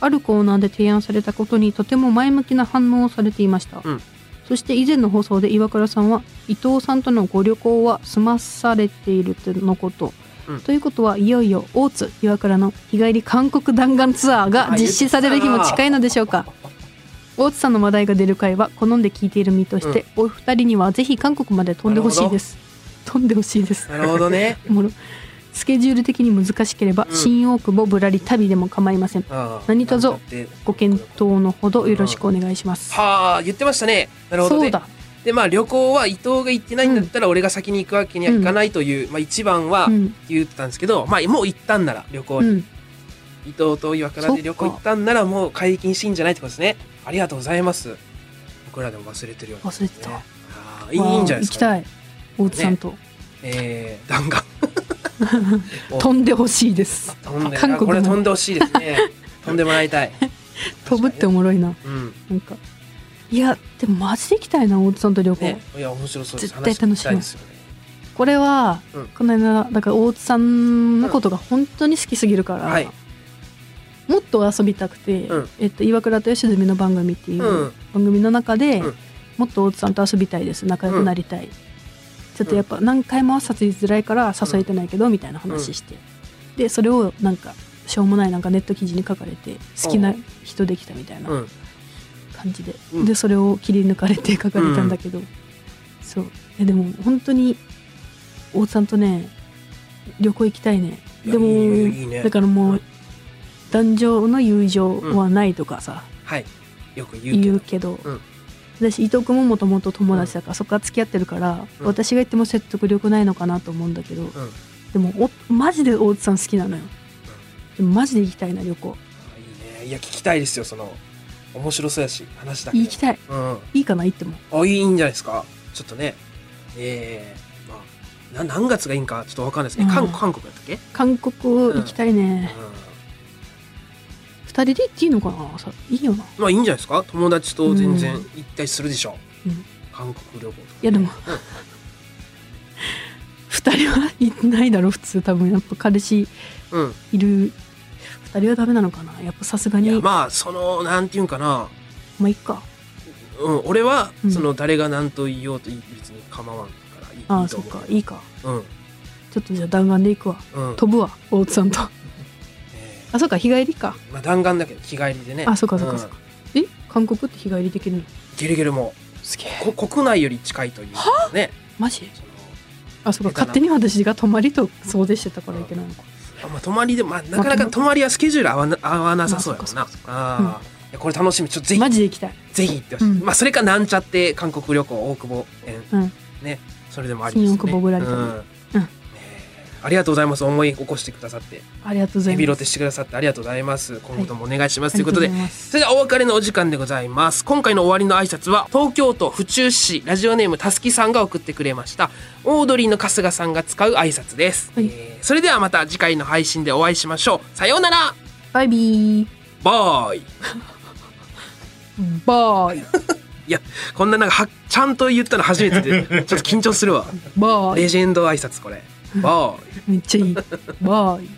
[SPEAKER 2] あるコーナーで提案されたことにとても前向きな反応をされていました、
[SPEAKER 1] うん
[SPEAKER 2] そして以前の放送で岩倉さんは伊藤さんとのご旅行は済まされているとのこと、
[SPEAKER 1] うん
[SPEAKER 2] ということはいよいよ大津岩倉の日帰り韓国弾丸ツアーが実施される日も近いのでしょうか大津さんの話題が出る回は好んで聞いている身として、お二人にはぜひ韓国まで飛んでほしいです飛んでほしいです
[SPEAKER 1] なるほどね。
[SPEAKER 2] もろスケジュール的に難しければ、
[SPEAKER 1] うん
[SPEAKER 2] 新大久保ぶらり旅でも構いません
[SPEAKER 1] あー
[SPEAKER 2] [laughs] 何卒
[SPEAKER 1] なんちゃって
[SPEAKER 2] ご検討のほどよろしくお願いします、
[SPEAKER 1] はあ、言ってましたね。なるほどね。
[SPEAKER 2] そうだ
[SPEAKER 1] でまあ旅行は伊藤が行ってないんだったら俺が先に行くわけにはいかないという、まあ、一番は
[SPEAKER 2] うん
[SPEAKER 1] 言ってたんですけど、まあもう行ったんなら旅行
[SPEAKER 2] う
[SPEAKER 1] に、
[SPEAKER 2] ん
[SPEAKER 1] 伊藤と岩倉で旅行行ったんならもう解禁していいんじゃないってことですねありがとうございます僕らでも忘れてるような、ね、
[SPEAKER 2] 忘れてた
[SPEAKER 1] あーいいんじゃないですか、
[SPEAKER 2] わあ行きたい大津さんと、
[SPEAKER 1] えー、弾丸お
[SPEAKER 2] 飛んでほしいです
[SPEAKER 1] 飛んで
[SPEAKER 2] 韓国も
[SPEAKER 1] これ飛んでほしいです
[SPEAKER 2] [laughs]
[SPEAKER 1] ね飛んでもらいたい
[SPEAKER 2] 飛ぶっておもろいな
[SPEAKER 1] うん
[SPEAKER 2] なんかいやでもマジで行きたいな大津さんと旅行、
[SPEAKER 1] ねいや面白そうです
[SPEAKER 2] 絶対楽しみ
[SPEAKER 1] 話聞きたいですよね
[SPEAKER 2] これは、
[SPEAKER 1] うん
[SPEAKER 2] この間だから大津さんのことが本当に好きすぎるから、
[SPEAKER 1] はい
[SPEAKER 2] もっと遊びたくて、
[SPEAKER 1] うん
[SPEAKER 2] えっと、岩倉と吉住の番組っていううん番組の中で、
[SPEAKER 1] うん
[SPEAKER 2] もっと大津さんと遊びたいです仲良くなりたい、ちょっとやっぱ何回も朝ついづらいから誘えてないけど、みたいな話して、でそれをなんかしょうもないなんかネット記事に書かれて好きな人できたみたいな
[SPEAKER 1] うん
[SPEAKER 2] 感じで、
[SPEAKER 1] うん
[SPEAKER 2] でそれを切り抜かれて書かれたんだけど、そうえでも本当に大津さんとね旅行行きたいね
[SPEAKER 1] いや
[SPEAKER 2] でも
[SPEAKER 1] いいねいいね
[SPEAKER 2] だからもう男女の友情はないとかさ、
[SPEAKER 1] はいよく言うけ
[SPEAKER 2] 言
[SPEAKER 1] ど
[SPEAKER 2] うけど、
[SPEAKER 1] うん
[SPEAKER 2] 私伊藤君ももともと友達だから、そこから付き合ってるから、
[SPEAKER 1] うん
[SPEAKER 2] 私が言っても説得力ないのかなと思うんだけど、でもおマジで大津さん好きなのよ、でもマジで行きたいな旅行
[SPEAKER 1] いいねいや聞きたいですよその面白そうやし話だけで
[SPEAKER 2] 行きたい
[SPEAKER 1] うん
[SPEAKER 2] いいかな行っても
[SPEAKER 1] あいいんじゃないですかちょっとねええまあな何月がいいんかちょっとわかんないですね、
[SPEAKER 2] うん
[SPEAKER 1] 韓韓国だったっけ、
[SPEAKER 2] 韓国行きたいね、二人で行っていいのかなさいいよな
[SPEAKER 1] うん、まあいいんじゃないですか友達と全然行ったりするでしょう、
[SPEAKER 2] うん
[SPEAKER 1] 韓国旅行とか
[SPEAKER 2] いやでも二人は行ってないだろ普通多分やっぱ彼氏
[SPEAKER 1] うん
[SPEAKER 2] いる二人はダメなのかなやっぱさすが
[SPEAKER 1] い
[SPEAKER 2] に
[SPEAKER 1] やまあそのなんていうんかな、
[SPEAKER 2] まあいっか
[SPEAKER 1] うん、俺は
[SPEAKER 2] うん
[SPEAKER 1] その誰が何と言おうと別に構わんからいい,、
[SPEAKER 2] ああ
[SPEAKER 1] と
[SPEAKER 2] そっ
[SPEAKER 1] 思う
[SPEAKER 2] かいいか
[SPEAKER 1] うん
[SPEAKER 2] ちょっとじゃあ弾丸で行くわ
[SPEAKER 1] うん
[SPEAKER 2] 飛ぶわ大津さんと
[SPEAKER 1] え
[SPEAKER 2] あそうか日帰りか
[SPEAKER 1] ーまあ弾丸だけど日帰りでね
[SPEAKER 2] あそうかそうか
[SPEAKER 1] ん
[SPEAKER 2] そうかえ韓国って日帰りできるの
[SPEAKER 1] ゲルゲルも
[SPEAKER 2] すげ
[SPEAKER 1] こ国内より近いというかね
[SPEAKER 2] マジ
[SPEAKER 1] その
[SPEAKER 2] あそうか
[SPEAKER 1] 下手な
[SPEAKER 2] 勝手に私が泊まりと想定してたからいけないのか
[SPEAKER 1] あまあ、泊まりで、まあ、なかなか泊まりはスケジュール合わな合わなさそうやもんな。
[SPEAKER 2] まあ
[SPEAKER 1] あ
[SPEAKER 2] そ
[SPEAKER 1] あーいやこれ楽しみ、ちょっとぜひ
[SPEAKER 2] マ、ジで行きたい
[SPEAKER 1] ぜひ行ってほしい。
[SPEAKER 2] うん
[SPEAKER 1] まあ、それかなんちゃって韓国旅行大久保園、
[SPEAKER 2] うん
[SPEAKER 1] ね、それでもありですね。
[SPEAKER 2] 新大久保ぐらいか
[SPEAKER 1] う
[SPEAKER 2] なんうん
[SPEAKER 1] ねえありがとうございます。思い起こしてくださって、
[SPEAKER 2] ありがとうござ
[SPEAKER 1] ヘ
[SPEAKER 2] い
[SPEAKER 1] ビ
[SPEAKER 2] ま
[SPEAKER 1] ロ
[SPEAKER 2] す
[SPEAKER 1] テしてくださってありがとうございます。今後ともお願いします。
[SPEAKER 2] あ
[SPEAKER 1] とい
[SPEAKER 2] り
[SPEAKER 1] う
[SPEAKER 2] が
[SPEAKER 1] ことと
[SPEAKER 2] う
[SPEAKER 1] で
[SPEAKER 2] ござい、ます
[SPEAKER 1] それではお別れのお時間でございます。今回の終わりの挨拶は、東京都府中市ラジオネームたすきさんが送ってくれました。オードリーの春日さんが使う挨拶です。
[SPEAKER 2] はい
[SPEAKER 1] えーそれではまた次回の配信でお会いしましょう。さようなら
[SPEAKER 2] バイビー
[SPEAKER 1] バーイ
[SPEAKER 2] バーイ
[SPEAKER 1] いや、こんななんかは、ちゃんと言ったの初めてで、ちょっ
[SPEAKER 2] [laughs]
[SPEAKER 1] と緊張するわ。
[SPEAKER 2] バーイ
[SPEAKER 1] レジェンド挨拶これ。バーイ
[SPEAKER 2] めっちゃいいバーイ